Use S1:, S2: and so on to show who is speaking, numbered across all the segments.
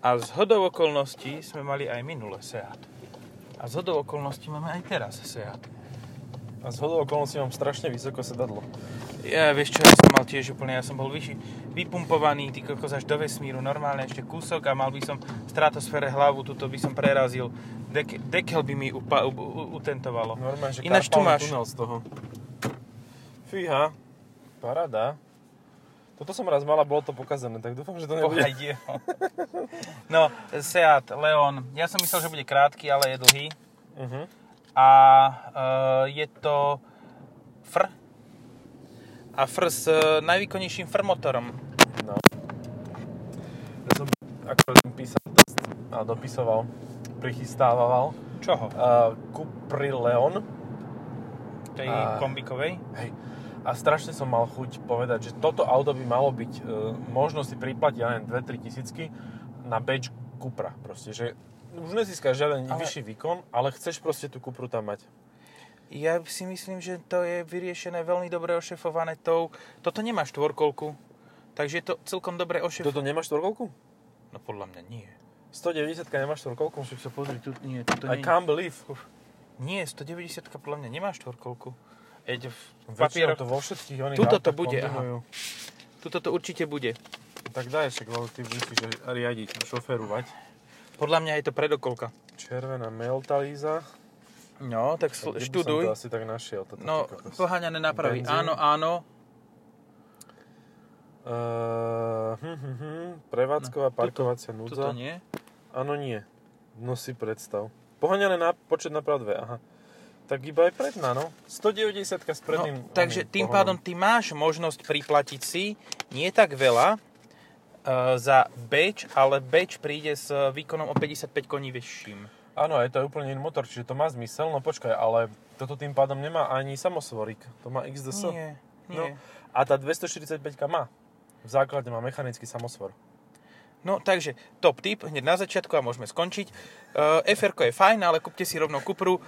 S1: A z hodou okolností sme mali aj minule Seat. A z hodou okolností máme aj teraz Seat.
S2: A z hodou okolností mám strašne vysoko sedadlo.
S1: Ja, vieš čo, ja som mal tiež úplne, ja som bol vyši, vypumpovaný, ty kokos až do vesmíru, normálne ešte kúsok a mal by som v stratosfére hlavu, tuto by som prerazil, Dek, dekel by mi upa, u, u, utentovalo.
S2: Normálne, že
S1: Ináč tu
S2: karpálny
S1: máš-
S2: tunel z toho. Fíha, parada. Toto som raz mala, bolo to pokazené, tak dúfam, že to nebude.
S1: Pohajde. No, Seat, Leon, ja som myslel, že bude krátky, ale je dlhý.
S2: Uh-huh.
S1: A e, je to fr. A fr s e, najvýkonnejším fr motorom.
S2: No. Ja som ako písal test a dopisoval, prichystával
S1: Čoho?
S2: uh, Cupri Leon
S1: Tej
S2: A-
S1: kombikovej.
S2: Hej. A strašne som mal chuť povedať, že toto auto by malo byť, e, možno si priplatiť, ja neviem, 2-3 tisícky na badge Cupra. Proste, že už nezískaš žiaden
S1: Ale-
S2: ale... vyšší výkon, ale chceš proste tú Cupru tam mať.
S1: Ja si myslím, že to je vyriešené veľmi dobre ošefované tou... Toto nemá štvorkolku, takže je to celkom dobre ošef...
S2: Toto nemáš štvorkolku?
S1: No podľa mňa nie.
S2: 190 nemáš štvorkolku?
S1: Musím sa pozrieť, tu nie, toto
S2: I can't believe.
S1: Nie, 190 podľa mňa nemá štvorkolku. Eď v v
S2: Väčšinou
S1: papieroch.
S2: to vo všetkých oných
S1: Tuto to
S2: autách
S1: bude, aha.
S2: kombinujú.
S1: Tuto to určite bude.
S2: Tak daj, však, lebo ty musíš riadiť, šoferovať.
S1: Podľa mňa je to predokolka.
S2: Červená Meltalíza.
S1: No, tak sl-
S2: Kde by Som to
S1: študuj.
S2: asi tak našiel. Toto
S1: No,
S2: ty kokos.
S1: poháňané nápravy.
S2: Benzín.
S1: Áno, áno.
S2: Uh, hm, hm, hm,
S1: No,
S2: prevádzková parkovacia
S1: Toto
S2: núdza.
S1: nie.
S2: Áno, nie. No si predstav. Poháňané na počet naprav dve, aha. Tak iba aj predná, no. 190 s predným...
S1: No, takže
S2: oným
S1: tým
S2: pohonom.
S1: pádom ty máš možnosť priplatiť si nie tak veľa e, za beč, ale beč príde s výkonom o 55 koní vyšším.
S2: Áno, je to úplne iný motor, čiže to má zmysel. No počkaj, ale toto tým pádom nemá ani samosvorík. To má XDS.
S1: Nie,
S2: No.
S1: nie.
S2: A tá 245 má. V základe má mechanický samosvor.
S1: No, takže top tip, hneď na začiatku a môžeme skončiť. E, fr je fajn, ale kúpte si rovno Cupru e,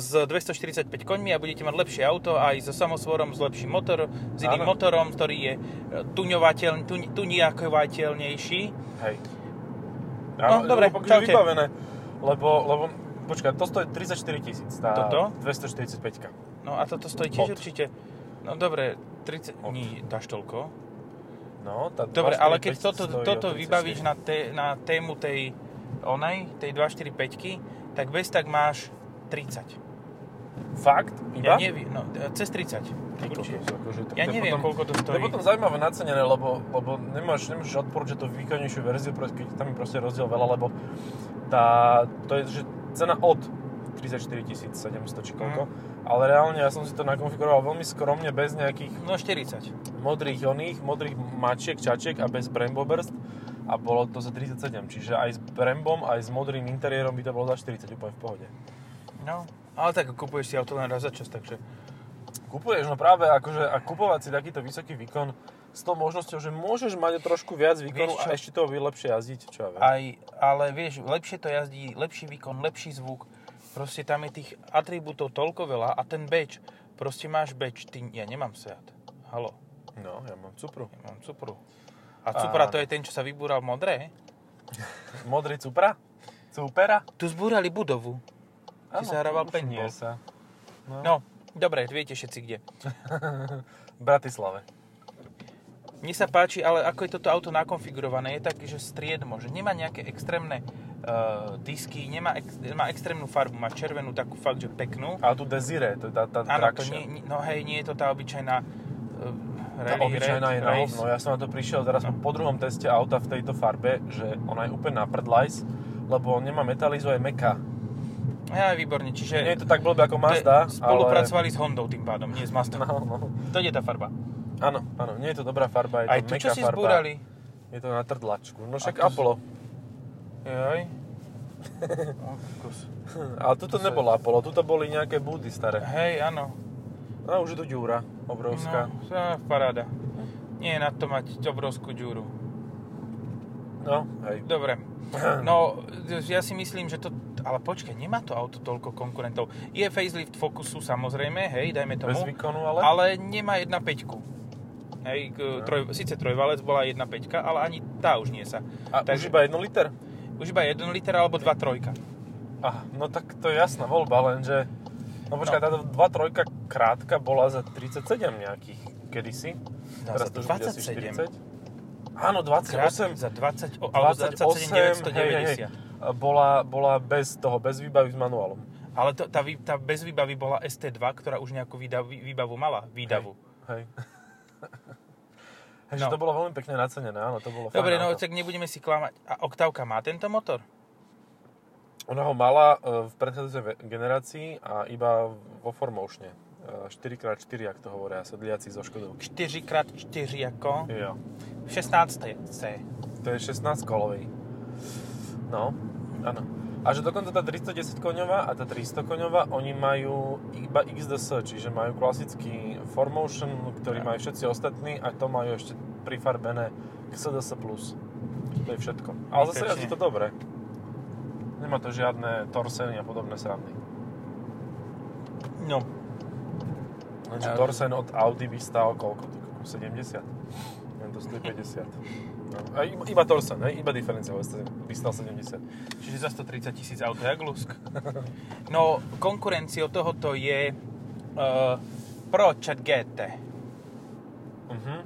S1: s 245 koňmi a budete mať lepšie auto aj so samosvorom, s lepším motor, s iným
S2: Áno.
S1: motorom, ktorý je e, tuňovateľ, tuň, tuniakovateľnejší.
S2: Hej.
S1: No, dobre,
S2: lebo-
S1: čaute.
S2: Vybavené. Lebo, lebo, počkaj, to stojí 34 tisíc, tá
S1: Toto?
S2: 245
S1: No a toto stojí tiež
S2: Od.
S1: určite. No dobre, 30...
S2: Od.
S1: Nie, dáš toľko.
S2: No, tá
S1: Dobre, ale keď
S2: 245
S1: toto,
S2: stojí o
S1: toto
S2: 34.
S1: vybavíš na, té, na tému tej onej, tej 245 tak bez tak máš 30.
S2: Fakt?
S1: Ja
S2: Iba?
S1: neviem, no, cez 30.
S2: Ty
S1: Určite.
S2: kokos, akože to-
S1: Ja
S2: to je
S1: neviem, koľko to
S2: To je
S1: stojí.
S2: potom zaujímavé nacenené, lebo, lebo nemáš, nemôžeš odporúčať tú výkonnejšiu verziu, proste- keď tam je proste rozdiel veľa, lebo tá, to je že cena od 34 700 či koľko,
S1: Mhm.
S2: ale reálne ja som si to nakonfiguroval veľmi skromne, bez nejakých
S1: No 40.
S2: modrých oných, modrých mačiek, čačiek a bez Brembo Burst a bolo to za 37, čiže aj s Brembom, aj s modrým interiérom by to bolo za 40 úplne v pohode.
S1: No, ale tak kupuješ si auto len raz za čas, takže...
S2: Kupuješ, no práve akože, a kupovať si takýto vysoký výkon s tou možnosťou, že môžeš mať o trošku viac výkonu
S1: Vieš čo?
S2: a ešte toho bude lepšie jazdiť, čo ja viem.
S1: Aj, ale vieš, lepšie to jazdí, lepší výkon, lepší zvuk. Proste tam je tých atribútov toľko veľa a ten beč, proste máš beč, ty, ja nemám Seat. Halo,
S2: No, ja mám Cupru.
S1: ja mám Cupru. A Cupra
S2: A-
S1: to je ten, čo sa vybúral v modré?
S2: Modrý Cupra? Cupera?
S1: Tu zbúrali budovu. Ty zahrával
S2: už nie
S1: paintball.
S2: sa.
S1: No, dobre, viete všetci kde.
S2: V Bratislave.
S1: Mne sa páči, ale ako je toto auto nakonfigurované, je taký, že striedmo, že nemá nejaké extrémne uh, disky, nemá, ex, má extrémnu farbu, má červenú takú fakt, že peknú.
S2: A tu Desire, to je tá, tá
S1: Áno, to
S2: drahšia.
S1: nie, nie- no hej, nie je to tá obyčajná uh,
S2: Tá
S1: rally,
S2: obyčajná
S1: red,
S2: je na
S1: race.
S2: hovno. Ja som na to prišiel teraz
S1: No.
S2: po druhom teste auta v tejto farbe, že ona je úplne na prdlajs, lebo nemá metalizu, je meká.
S1: Ja, výborne, čiže
S2: Nie je to tak blbé ako
S1: to je-
S2: Mazda, ale...
S1: spolupracovali s Hondou tým pádom, nie s Mazdou.
S2: No, no.
S1: To je tá farba.
S2: Áno, áno, nie je to dobrá farba, je
S1: Aj
S2: to
S1: tu, čo
S2: meká
S1: si
S2: farba.
S1: zbúrali.
S2: Je to na trdlačku. No však
S1: A tu-
S2: Apollo.
S1: Joj. O, kus.
S2: Ale
S1: to
S2: tuto
S1: sa-
S2: nebolo Apollo, tuto boli nejaké budy staré.
S1: Hej, áno.
S2: A už je tu ďúra obrovská.
S1: No, á, paráda. Nie je na to mať obrovskú ďuru.
S2: No, hej.
S1: Dobre. No, ja si myslím, že to... Ale počkaj, nemá to auto toľko konkurentov. Je facelift Focusu samozrejme, hej, dajme tomu.
S2: Bez výkonu, ale...
S1: ale nemá 1.5.
S2: No.
S1: Hej, k, troj, síce trojvalec bola 1.5, ale ani tá už nie sa.
S2: A
S1: takže-
S2: už iba 1 liter?
S1: Už iba 1 liter alebo 2 trojka.
S2: Aha, no tak to je jasná voľba, lenže... No počkaj,
S1: No.
S2: táto 2.3 krátka bola za 37 nejakých kedysi.
S1: No, za
S2: Teraz to už bude asi
S1: 27.
S2: 40. Áno,
S1: Krát
S2: 28.
S1: za 20, o- alebo za 27 990.
S2: bola, bola bez toho, bez výbavy s manuálom.
S1: Ale to, tá, vý- tá bez výbavy bola ST2, ktorá už nejakú výdav, vý- výbavu mala. Výdavu.
S2: Hej. Takže
S1: No.
S2: to bolo veľmi pekne nacenené, áno, to bolo
S1: Dobre,
S2: fajn
S1: no
S2: auto.
S1: tak nebudeme si klamať. A Octavka má tento motor?
S2: Ona ho mala e, v predchádzajúcej ve- generácii a iba vo formovšne. E, 4x4, ak to hovoria sedliaci zo Škodovky.
S1: 4x4 ako
S2: Jo.
S1: v 16. C.
S2: To je 16 kolový. No, áno. A že dokonca tá 310 koňová a tá 300 koňová, oni majú iba XDS, čiže majú klasický 4Motion, ktorý
S1: Tak.
S2: majú všetci ostatní a to majú ešte prifarbené k CDS+. To je všetko. Ale zase
S1: Pekne.
S2: jazdí to dobre. Nemá to žiadne torseny a podobné srandy.
S1: No,
S2: Lenže
S1: Ale-
S2: Dorsen od Audi by stál koľko? Ty kokos, 70? Neviem, to stojí 50. No. A iba, iba Dorsen, hej? iba diferencia by stál 70.
S1: čiže za 130 tisíc auto, jak lusk. No, konkurenciou tohoto je uh, Prochat GT.
S2: Mhm.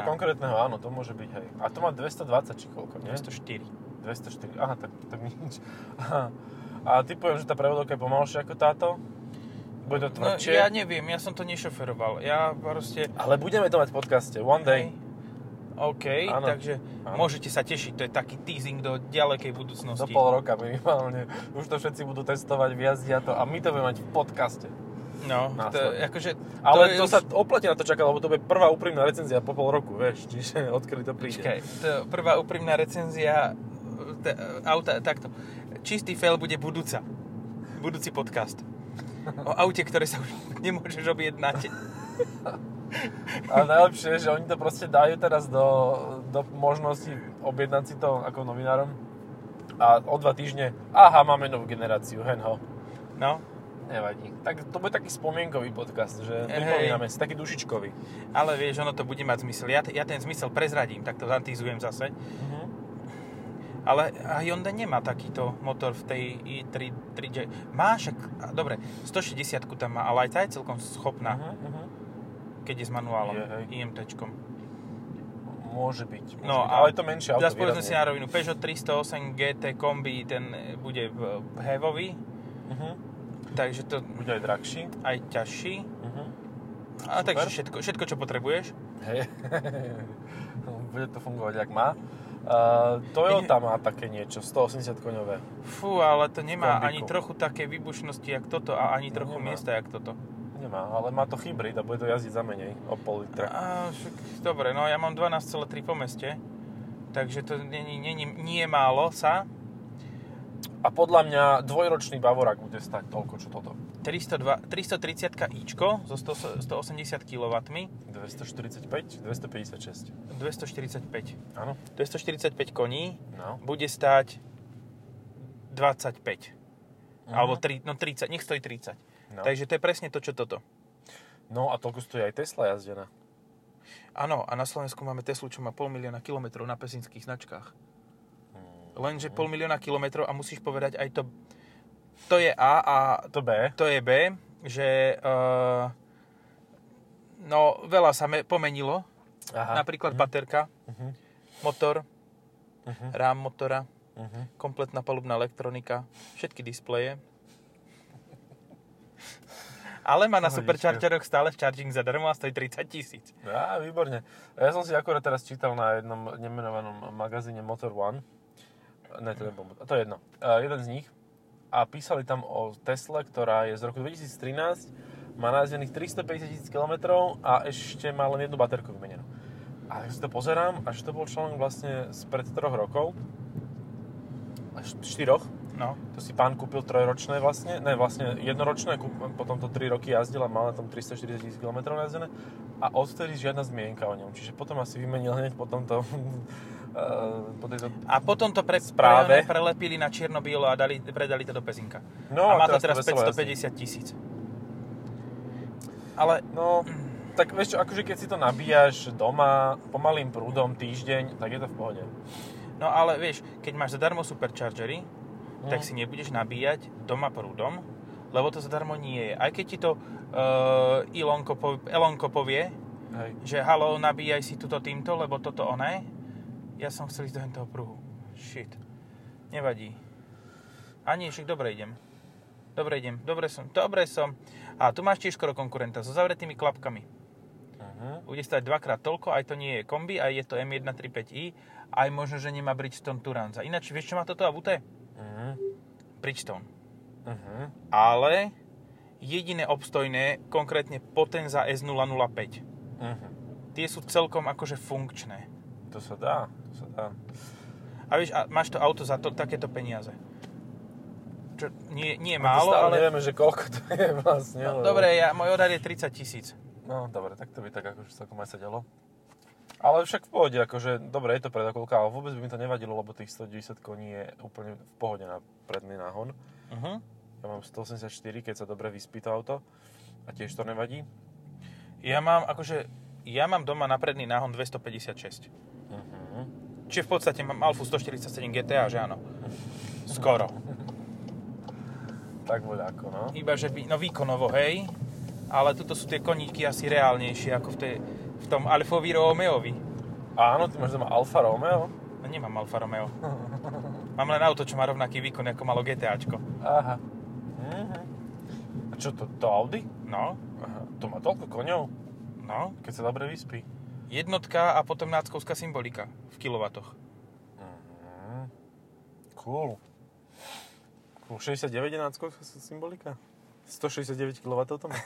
S1: Ja.
S2: konkrétneho, áno, to môže byť, hej. A to má 220 či koľko, nie?
S1: 204.
S2: 204, aha, tak, tak nič. Aha. A ty poviem, že tá prevodovka je pomalšia ako táto? Bude to
S1: No,
S2: tvrdšie?
S1: ja neviem, ja som to nešoferoval. Ja proste...
S2: Ale budeme to mať v podcaste, one day.
S1: OK,
S2: Áno.
S1: takže
S2: Áno. No,
S1: môžete sa tešiť, to je taký teasing do ďalekej budúcnosti.
S2: Do pol roka minimálne. Už to všetci budú testovať, vyjazdia to a my to budeme mať v podcaste.
S1: No, to,
S2: Následne.
S1: akože...
S2: Ale
S1: je
S2: to,
S1: už-
S2: sa oplatí na to čakať, lebo to bude prvá úprimná recenzia po pol roku, vieš, čiže odkedy to príde.
S1: Počkaj, to je prvá úprimná recenzia t- auta, takto. Čistý fail bude budúca. Budúci podcast. O aute, ktoré sa už nemôžeš objednať.
S2: A najlepšie je, že oni to proste dajú teraz do, do možnosti objednať si to ako novinárom a o dva týždne, aha, máme novú generáciu, henho.
S1: No,
S2: Nevadí. Tak to bude taký spomienkový podcast, že
S1: Hej.
S2: pripomíname si, taký dušičkový.
S1: ale vieš, ono to bude mať zmysel. Ja, ja ten zmysel prezradím, tak to zantýzujem zase.
S2: Mhm.
S1: Ale Hyundai nemá takýto motor v tej i3... 3J. Má však... a Dobre, 160 tam má, ale aj tá je celkom schopná,
S2: Mhm, mhm.
S1: keď je s manuálom,
S2: Je, hej.
S1: IMT.
S2: Môže byť. Môže
S1: No, a-
S2: byť. ale je to menšie auto.
S1: Zase povedzme si
S2: výrazne.
S1: na rovinu, Peugeot 308 GT kombi, ten e, bude v v hevovi,
S2: Mhm.
S1: takže to
S2: Bude aj drahší.
S1: aj ťažší.
S2: Mhm.
S1: A
S2: Super.
S1: takže všetko, všetko, čo potrebuješ.
S2: Hej. Bude to fungovať, jak má. Uh, Toyota má také niečo, 180 koňové.
S1: Fú, ale to nemá
S2: Kombiku.
S1: ani trochu také výbušnosti, jak toto a ani
S2: No,
S1: trochu
S2: nemá.
S1: miesta, jak toto.
S2: Nemá, ale má to hybrid a bude to jazdiť za menej, o pol litra.
S1: A, však, dobre, no ja mám 12,3 po meste, takže to není, není, nie je málo sa.
S2: A podľa mňa dvojročný Bavorák bude stať toľko, čo toto. 302
S1: 330 ičko so 100 180 kW,
S2: 245, 256.
S1: 245.
S2: Áno,
S1: 245 koní,
S2: no.
S1: bude stáť 25.
S2: Mhm.
S1: Alebo tri, no 30, nech stojí 30.
S2: No.
S1: Takže to je presne to, čo toto.
S2: no a toľko stojí aj Tesla jazdená.
S1: Áno, a na Slovensku máme Teslu, čo má pol milióna kilometrov na pezinských značkách.
S2: Mm.
S1: Lenže pol milióna kilometrov a musíš povedať aj to... To je A a to,
S2: To B.
S1: to je B, že... Uh, no, veľa sa me, pomenilo.
S2: Aha.
S1: Napríklad baterka,
S2: Mhm.
S1: motor,
S2: Mhm.
S1: rám motora,
S2: Mhm.
S1: kompletná palubná elektronika, všetky displeje. Ale má na
S2: Pohodička.
S1: superchargeroch stále charging zadarmo a stojí 30 tisíc.
S2: Á, výborne. Ja som si akurát teraz čítal na jednom nemenovanom magazíne Motor One. Ne, to, nebol, to je jedno. Uh, jeden z nich. A písali tam o Tesle, ktorá je z roku 2013, má najazdených 350 tisíc km a ešte má len jednu baterku vymenenú. A ja si to pozerám, až to bol článok vlastne spred troch rokov. Až štyroch.
S1: No,
S2: To si pán kúpil trojročné vlastne, ne vlastne jednoročné, kúp, potom to 3 roky jazdil a mal na tom 340 tisíc km jazdené a odtedy žiadna zmienka o ňom, čiže potom asi vymenil hneď po tomto, eh, po tejto,
S1: A potom to pre,
S2: Správe.
S1: pre, prelepili na čierno-bielo a dali, predali to do Pezinka. a
S2: no
S1: má to teraz
S2: veselo jazdí.
S1: 550 tisíc. Ale
S2: No, tak vieš čo, akože keď si to nabíjaš doma pomalým prúdom týždeň, tak je to v pohode.
S1: No ale vieš, keď máš zadarmo superchargery,
S2: Mm.
S1: tak si nebudeš nabíjať doma prúdom, lebo to zadarmo nie je. Aj keď ti to uh, Elonko, po, Elonko povie,
S2: Hej.
S1: že halo, nabíjaj si tuto týmto, lebo toto oné, ja som chcel ísť do toho pruhu. Shit. Nevadí. A nie, však dobre idem. Dobre idem, dobre som, dobre som. A tu máš tiež skoro konkurenta so zavretými klapkami.
S2: Uh-huh.
S1: Bude stať dvakrát toľko, aj to nie je kombi, aj je to M135i, E. aj možno, že nemá Bridgestone Turanza. Ináč, vieš, čo má toto abuté?
S2: Uh-huh.
S1: Bridgestone.
S2: Uh-huh.
S1: Ale jediné obstojné, konkrétne Potenza S005.
S2: Uh-huh.
S1: Tie sú celkom akože funkčné.
S2: To sa dá, to sa dá.
S1: A vieš, a máš to auto za to, takéto peniaze. Čo, nie, nie
S2: A to
S1: málo,
S2: stále
S1: ale...
S2: nevieme, že koľko to je vlastne.
S1: No,
S2: lebo-
S1: dobre, ja, môj odhad je 30 tisíc.
S2: No, dobre, tak to by tak akože celkom aj sedelo. Ale však v pohode, akože, dobre, je to predokolka, ale vôbec by mi to nevadilo, lebo tých 190 koní je úplne v pohode na predný náhon. Mhm.
S1: Uh-huh.
S2: Ja mám 184, keď sa dobre vyspí to auto a tiež to nevadí.
S1: Ja mám akože... Ja mám doma na predný náhon 256.
S2: Uh-huh.
S1: Čiže v podstate mám Alfu 147 GTA, že áno. Skoro.
S2: Tak voľako, no.
S1: Iba, že by, no výkonovo, hej. Ale tuto sú tie koníčky asi reálnejšie ako v, tej, v tom Alfovi Romeovi.
S2: Áno, ty máš doma Alfa Romeo?
S1: No nemám Alfa Romeo. Mám len auto, čo má rovnaký výkon, ako malo GTAčko.
S2: Aha. Uh-huh. A čo to, to Audi?
S1: No,
S2: Aha, to má toľko koňov,
S1: no.
S2: keď sa dobre vyspí.
S1: Jednotka a potom náckovská symbolika v kilovatoch.
S2: Mhm. Cool. Cool. 69 je náckovská symbolika? 169 kW to má?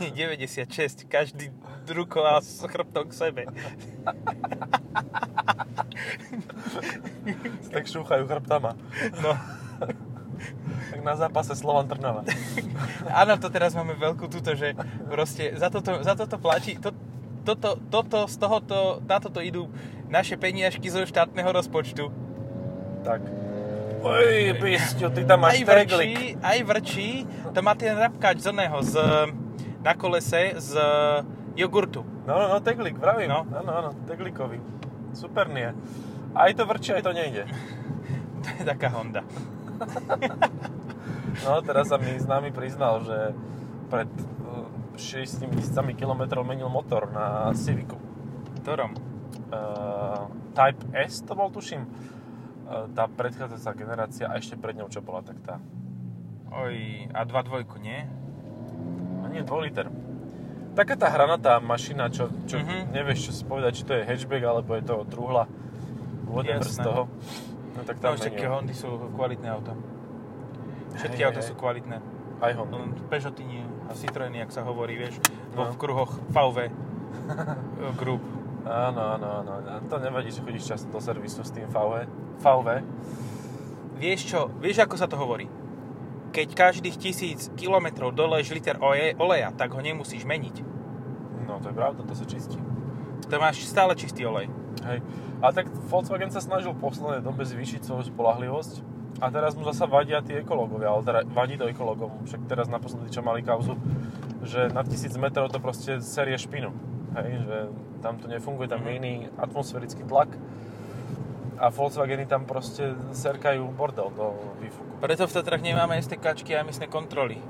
S1: 96, každý ruko a s chrbtom k sebe.
S2: tak šúchajú chrbtama.
S1: No.
S2: Tak na zápase Slovan Trnava.
S1: Áno, to teraz máme veľkú túto, že proste za toto, za toto platí, to, toto, toto, z tohoto, na toto idú naše peniažky zo štátneho rozpočtu.
S2: Tak. Oj, bysťo, ty tam máš
S1: aj vrčí,
S2: treglik.
S1: aj vrčí, to má ten rapkač z oného, z, na kolese z jogurtu.
S2: No, no, no, teglik, vravím.
S1: No.
S2: No. Áno, áno, teglikový. Super nie. Aj to vrčí, aj to nejde.
S1: To je taká Honda.
S2: No, teraz sa mi známy priznal, že pred 6 tisícami kilometrov menil motor na Civicu.
S1: Ktorom?
S2: uh, Type S to bol, tuším. Uh, tá predchádzajúca generácia a ešte pred ňou čo bola, tak tá.
S1: Oj, a 2.2, nie?
S2: A nie, 2 liter. Taká tá hranatá mašina, čo,
S1: Mhm.
S2: čo mm-hmm. nevieš čo si povedať, či to je hatchback, alebo je to truhla. Whatever z
S1: Jasné.
S2: toho. No tak
S1: No,
S2: tam
S1: všetky
S2: menil.
S1: Hondy sú kvalitné auto. Všetky
S2: Hej,
S1: auta
S2: hej.
S1: sú kvalitné.
S2: Aj Honda.
S1: Len Peugeoty nie. A Citroeny, ak sa hovorí, vieš, no.
S2: No.
S1: v kruhoch VV Group.
S2: Áno, áno, áno. A To nevadí, že chodíš často do servisu s tým VV. VV.
S1: Vieš čo, vieš ako sa to hovorí? Keď každých tisíc kilometrov doleješ liter oje, oleja, tak ho nemusíš meniť.
S2: No to je pravda, to sa čistí.
S1: To máš stále čistý olej.
S2: Hej. A tak Volkswagen sa snažil v poslednej dobe zvýšiť svoju spolahlivosť a teraz mu zasa vadia tí ekológovia, ale teda vadí to ekológom. Však teraz naposledy, čo mali kauzu, že na 1000 metrov to proste serie špinu. Hej, že tam to nefunguje, tam je
S1: Mhm.
S2: iný atmosférický tlak a Volkswageny tam proste serkajú bordel do výfuku.
S1: Preto v Tatrach nemáme STKčky a emisné kontroly.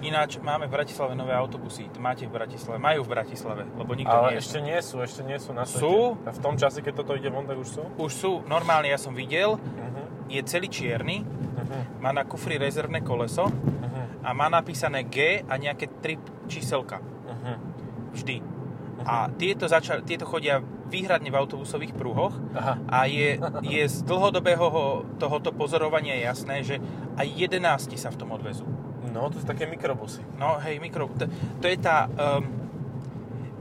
S1: Ináč máme v Bratislave nové autobusy. Máte v Bratislave, majú v Bratislave, lebo nikto nie
S2: Ale
S1: je.
S2: ešte nie sú, ešte nie sú na svete.
S1: Sú?
S2: A v tom čase, keď toto ide von, tak už sú?
S1: Už sú, normálne ja som videl,
S2: Mhm.
S1: je celý čierny,
S2: Mhm.
S1: má na kufri rezervné koleso
S2: Mhm.
S1: a má napísané G a nejaké tri číselka.
S2: Mhm.
S1: Vždy. A tieto, zača- tieto chodia výhradne v autobusových pruhoch
S2: Aha.
S1: a je, je z dlhodobého ho- tohoto pozorovania jasné, že aj 11 sa v tom odvezú.
S2: No, to sú také mikrobusy.
S1: No hej, mikro... To, to je tá... Um,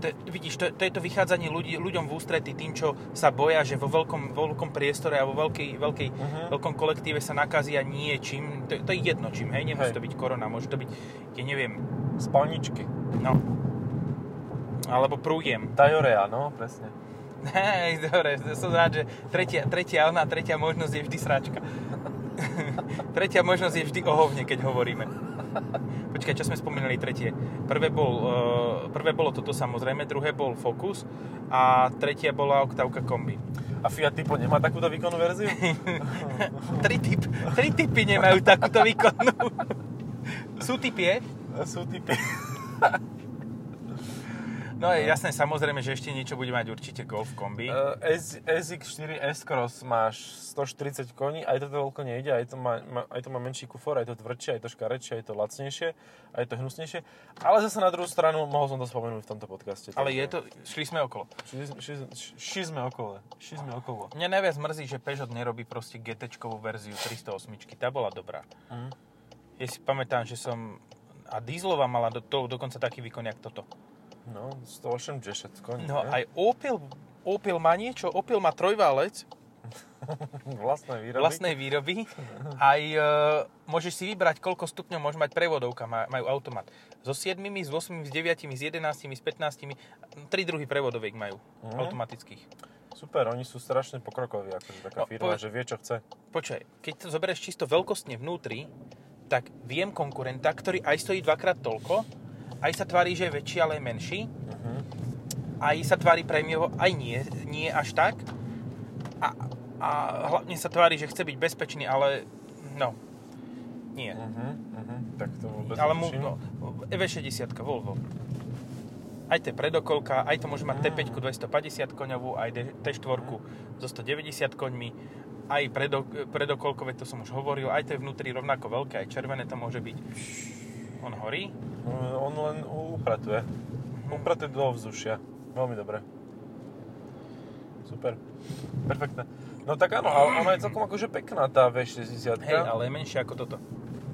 S1: to, vidíš, to, to je to vychádzanie ľudí, ľuďom v ústrety tým, čo sa boja, že vo veľkom, vo veľkom priestore a vo veľkej, veľkej,
S2: Mhm.
S1: veľkom kolektíve sa nakazia niečím. To, to je jedno čím, hej? Nemusí
S2: Hej.
S1: to byť korona, môže to byť, ja neviem,
S2: Spalničky.
S1: no... Alebo prújem.
S2: Tajorea, no, presne.
S1: Hej, dobre, som rád, že tretia, tretia, ona, tretia možnosť je vždy sračka. tretia možnosť je vždy ohovne, keď hovoríme. Počkaj, čo sme spomínali tretie? Prvé, bol, eh, prvé bolo toto samozrejme, druhé bol Focus a tretia bola Octavka Kombi.
S2: A Fiat Tipo nemá takúto výkonnú verziu?
S1: Tri, typ, tri typy nemajú takúto výkonnú. Sú typie?
S2: Sú typy.
S1: No je jasné, samozrejme, že ešte niečo bude mať určite Golf Kombi.
S2: Eh, S- SX4 S-Cross máš 140 koní, aj to veľko nejde, aj to, má, má, aj to má menší kufor, aj to tvrdšie, aj to škarečšie, aj to lacnejšie, aj to hnusnejšie. Ale zase na druhú stranu, mohol som to spomenúť v tomto podcaste.
S1: Ale je to, šli sme okolo.
S2: Ši, ši, ši, ši sme okolo. Ši sme okolo.
S1: Mňa najviac mrzí, že Peugeot nerobí proste GT-čkovú verziu 308. Tá bola dobrá.
S2: Mm.
S1: Ja si pamätám, že som... A dieselová mala do, to, dokonca taký výkon, jak toto.
S2: No, 180 koní.
S1: No
S2: ne?
S1: aj Opel, Opel má niečo. Opel má trojválec
S2: Vlastné výroby.
S1: vlastnej výroby. Aj e, môžeš si vybrať, koľko stupňov môže mať prevodovka, má, majú automat. So 7, s 8, s 9, s 11, s 15, tri druhy prevodoviek majú,
S2: Mhm.
S1: automatických.
S2: Super, oni sú strašne pokrokoví, akože taká
S1: No,
S2: firma,
S1: poved-
S2: že vie, čo chce.
S1: Počkaj, keď to zoberieš čisto veľkostne vnútri, tak viem konkurenta, ktorý aj stojí dvakrát toľko, aj sa tvári, že je väčší, ale je menší,
S2: Mhm.
S1: aj sa tvári prémiovo, aj nie, nie až tak. A, a hlavne sa tvári, že chce byť bezpečný, ale no, nie.
S2: Mhm, mhm. Tak to vôbec
S1: Ale mu,
S2: netuším.
S1: no, EV60 Volvo. Aj to je predokolka, aj to môže mať T5 250 koňovú, aj D- T4 so 190 koňmi, aj predo, predokolkové, to som už hovoril, aj to je vnútri rovnako veľké, aj červené to môže byť. On horí.
S2: No, On len upratuje.
S1: Mhm.
S2: Upratuje do ovzdušia. Veľmi dobre. Super. Perfektné. No tak áno, ale ona je celkom akože pekná tá V60
S1: Hej, ale je menšie ako toto.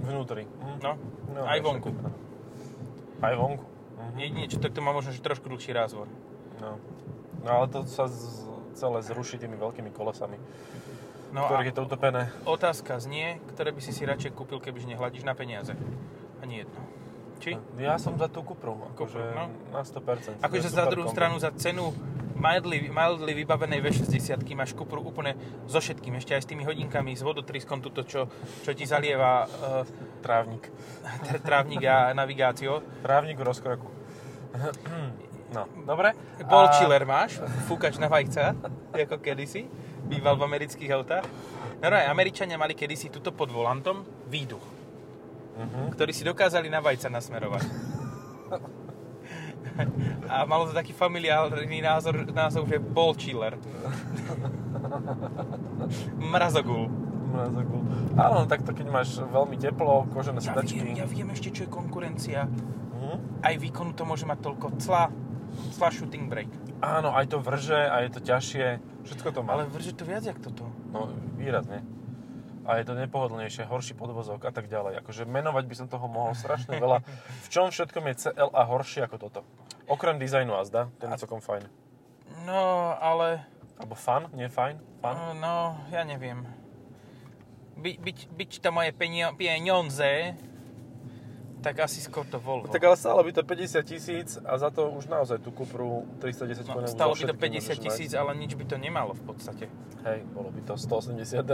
S2: vnútri. Mhm.
S1: No,
S2: No,
S1: aj
S2: je
S1: vonku.
S2: pekná. Aj vonku. Mhm.
S1: jedine, čo tak to má možno, že trošku dlhší rázvor.
S2: No. no ale to sa z, celé zruší tými veľkými kolesami,
S1: No a
S2: ktorých je to utopené.
S1: otázka znie, ktoré by si si radšej kúpil, kebyže nehľadíš na peniaze. Ani jedno. Či?
S2: Ja som za tú Kupru, akože
S1: Kupru, no.
S2: na 100%.
S1: Akože
S2: To je
S1: za
S2: super
S1: druhú
S2: kombi.
S1: stranu, za cenu mildly, mildly vybavenej V60 máš Kupru úplne so všetkým, ešte aj s tými hodinkami, s vodotriskom, tuto, čo, čo ti zalieva
S2: Trávnik.
S1: uh, trávnik a navigáciu.
S2: Trávnik v rozkroku. No, dobre.
S1: Ball
S2: A-
S1: chiller máš, fúkač na vajca, ako kedysi, býval v amerických autách. No aj Američania mali kedysi tuto pod volantom výduch,
S2: Mhm.
S1: ktorý si dokázali na vajca nasmerovať. A malo to taký familiárny názor, názov, že ball chiller. Mrazogul.
S2: Mrazok bol. Áno, no tak to keď máš veľmi teplo, kožené
S1: Ja viem,
S2: sedačky.
S1: ja viem ešte, čo je konkurencia.
S2: Mhm.
S1: Aj výkonu to môže mať toľko cla, cla shooting brake.
S2: Áno, aj to vrže, aj je to ťažšie. Všetko to má.
S1: Ale vrže to viac, jak toto.
S2: No, výrazne. A je to nepohodlnejšie, horší podvozok a tak ďalej. Akože menovať by som toho mohol strašne veľa. V čom všetkom je CLA horšie ako toto? Okrem dizajnu a zda, ten je celkom fajn.
S1: No, ale...
S2: Alebo fan, nie fajn? Fan?
S1: No, no, ja neviem. By, byť, byť to moje penio- peniądze, tak asi skôr to Volvo.
S2: No, Tak ale stálo by to 50 tisíc a za to už naozaj tú Kupru 310
S1: no,
S2: koňovú
S1: stalo
S2: so
S1: by to
S2: všetkým môžeš
S1: 50
S2: mať.
S1: tisíc, ale nič by to nemalo v podstate.
S2: Hej, bolo by to 180 D.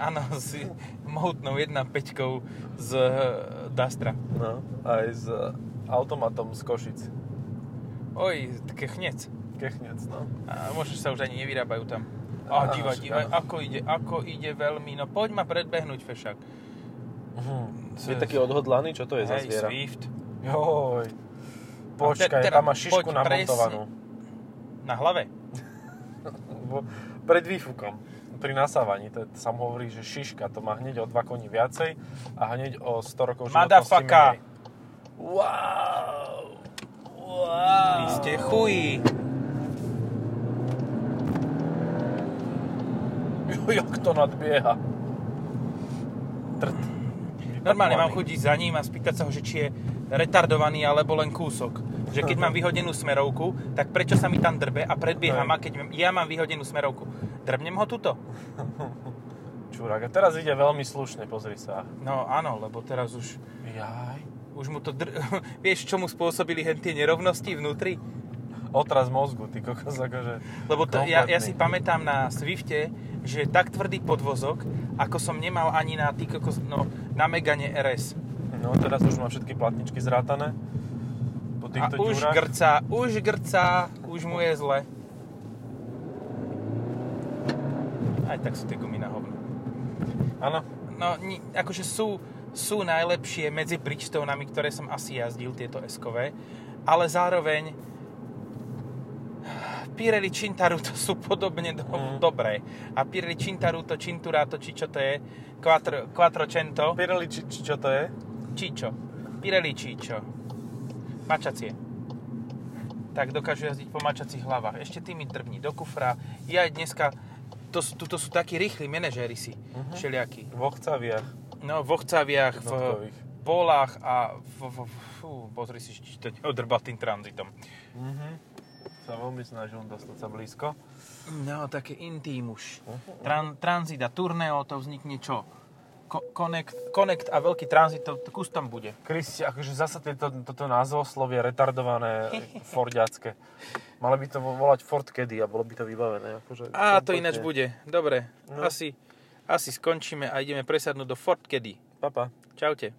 S1: Áno, s mohutnou 1.5 z eh, Dastra.
S2: No, aj s automatom z Košic.
S1: Oj, také chnec.
S2: Kechnec, no.
S1: A možno sa už ani nevyrábajú tam. A
S2: Áno,
S1: diva,
S2: však
S1: diva,
S2: áno.
S1: ako ide, ako ide veľmi. No poď ma predbehnúť, fešak.
S2: Je taký odhodlaný, čo to je za
S1: Mhm. Hej,
S2: zviera?
S1: Swift.
S2: Joj.
S1: A te-
S2: Počkaj,
S1: teda
S2: tam má šišku
S1: poď
S2: namontovanú.
S1: Na hlave.
S2: Vo- Pred výfukom. Pri nasávaní, to je- sa mu hovorí, že šiška, to má hneď o dva koní viacej a hneď o 100 rokov životnosti
S1: Madafaka.
S2: menej. Wow. Wow.
S1: Vy ste chují.
S2: Jo, Jak to nadbieha. Trt.
S1: Normálne mám chuť ísť za ním a spýtať sa ho, že či je retardovaný alebo len kúsok. Že keď mám vyhodenú smerovku, tak prečo sa mi tam drbe a predbieha
S2: Hej.
S1: ma, keď ja mám vyhodenú smerovku. Drbnem ho tuto?
S2: Čurák. A teraz ide veľmi slušne, pozri sa.
S1: No áno, lebo teraz už,
S2: Jaj.
S1: už mu to... Dr... Vieš, čo mu spôsobili hen tie nerovnosti vnútri?
S2: Otraz mozgu, ty kokos, akože...
S1: Lebo to, ja, ja
S2: kompletný.
S1: si pamätám na Swifte, že tak tvrdý podvozok, ako som nemal ani na, ty kokos, no, na Megane RS.
S2: No teraz už mám všetky platničky zrátané.
S1: A
S2: Po týchto
S1: už
S2: ďurách.
S1: grca, už grca, už mu je zle. Aj tak sú tie gumy na hovno.
S2: Áno.
S1: No, ni, akože sú, sú najlepšie medzi Bridgestonami, ktoré som asi jazdil, tieto S-kové, ale zároveň Pirelli Cintaruto sú podobne do,
S2: Mm.
S1: dobré. A Pirelli Cintaruto, Cinturato, či čo to je, Quattro, Quattrocento,
S2: Pirelli, či, či, čo to je?
S1: Čičo. Pirelli Čičo. Mačacie. Tak dokážu jazdiť po mačacích hlavách. Ešte ty mi drbni do kufra. Ja aj dneska, to, sú- tuto sú takí rýchli manažéri si, uh-huh. všelijakí.
S2: V ochcaviach.
S1: No, v ochcaviach, v
S2: Jednotkových.
S1: polách a v, v, fú, pozri si, či to neodrbá tým tranzitom.
S2: Mhm. Sa veľmi snažil dostať sa blízko.
S1: No, také intím už.
S2: Mhm.
S1: Tran, tranzit a Tourneo, to vznikne čo? Ko- connect, connect a veľký tranzit, to, to kus tam bude.
S2: Kristi, akože zasa tieto, toto názvoslovie retardované fordiacké. Mali by to volať Ford Kedy a bolo by to vybavené. Akože,
S1: Á, to
S2: kompletne.
S1: ináč bude. Dobre,
S2: No.
S1: asi, asi skončíme a ideme presadnúť do Fort Kedy.
S2: Pa, pa.
S1: Čaute.